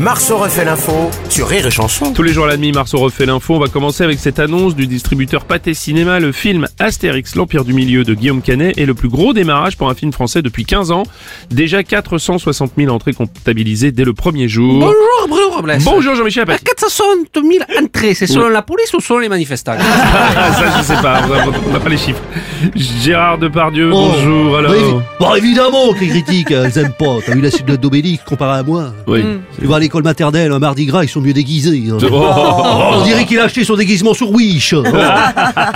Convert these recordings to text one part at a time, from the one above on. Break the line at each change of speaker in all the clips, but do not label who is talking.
Marceau refait l'info sur Rire et Chanson.
Tous les jours à la demi, Marceau refait l'info. On va commencer avec cette annonce du distributeur Pathé Cinéma. Le film Astérix, l'Empire du Milieu de Guillaume Canet est le plus gros démarrage pour un film français depuis 15 ans. Déjà 460 000 entrées comptabilisées dès le premier jour.
Bonjour Bruno Robles.
Bonjour Jean-Michel
À
Apathy.
460 000 entrées, c'est selon la police ou selon les manifestants
Ah, ça, je sais pas. On n'a pas les chiffres. Gérard Depardieu,
Oh,
bonjour. Alors,
bah, évi- bah, évidemment que les critiques, elles aiment pas. T'as vu la suite de Dominique comparé à moi
oui.
Tu vas à l'école maternelle, un mardi gras, ils sont mieux déguisés. hein.
Oh.
On dirait qu'il a acheté son déguisement sur Wish. Oh. Puis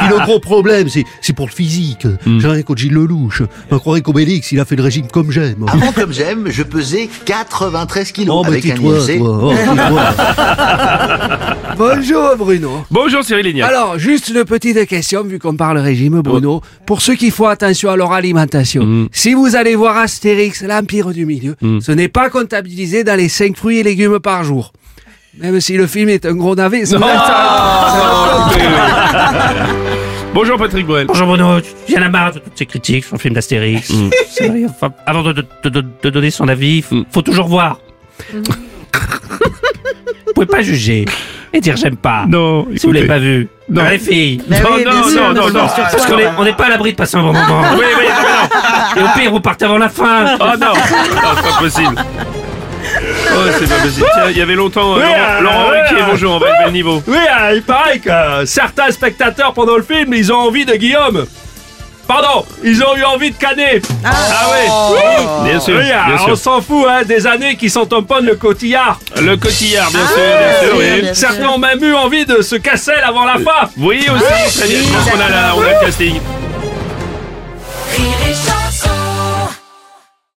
le gros problème, c'est, c'est pour le physique. J'ai rien contre Gilles Lelouch. On croirait qu'Obélix, il a fait le régime comme j'aime.
Avant comme j'aime, je pesais 93 kilos
Oh, mais
Ah, avec un
tais-toi,
IFC.
toi. Oh, tais-toi.
Bonjour Bruno.
Bonjour Cyril Lignac.
Alors, juste une petite question, vu qu'on parle régime, Bruno. Pour ceux qui font attention à leur alimentation, si vous allez voir Astérix, l'Empire du Milieu, ce n'est pas comptabilisé dans les 5 fruits et légumes par jour. Même si le film est un gros navet, c'est vrai, ça- ça-
Bonjour Patrick Bruel.
Bonjour Bruno, j'en ai marre de toutes ces critiques sur le film d'Astérix. C'est vrai, enfin, avant de, de- de- de donner son avis, faut, faut toujours voir. Mm. Vous pouvez pas juger et dire j'aime pas.
Non,
si vous
écoutez.
l'avez pas vu.
Non.
Non. les filles.
Non, non, non, non, non.
Parce qu'on est- on n'est pas à l'abri de passer un bon moment.
Oui, oui, non, mais non.
Et au pire, vous partez avant la fin.
Oh non, non, c'est pas possible. Oh, c'est pas possible. Tiens, il y avait longtemps euh,
Oui,
Laurent,
euh,
Laurent
oui,
Ruquier,
euh,
bonjour, on va élever le niveau.
Oui, euh, il paraît que euh, certains spectateurs pendant le film, ils ont envie de Guillaume. Pardon, ils ont eu envie de Canet. Ah, oui.
Bien sûr,
Oui, euh,
bien
on
sûr.
s'en fout hein, des années qui s'en tamponnent le cotillard.
Le cotillard, bien sûr,
Oh,
bien
Ah,
sûr, oui.
bien sûr.
Certains ont même eu envie de se casser avant la fin. Ah,
Oui, aussi, très bien, je pense qu'on a, la- on a le casting.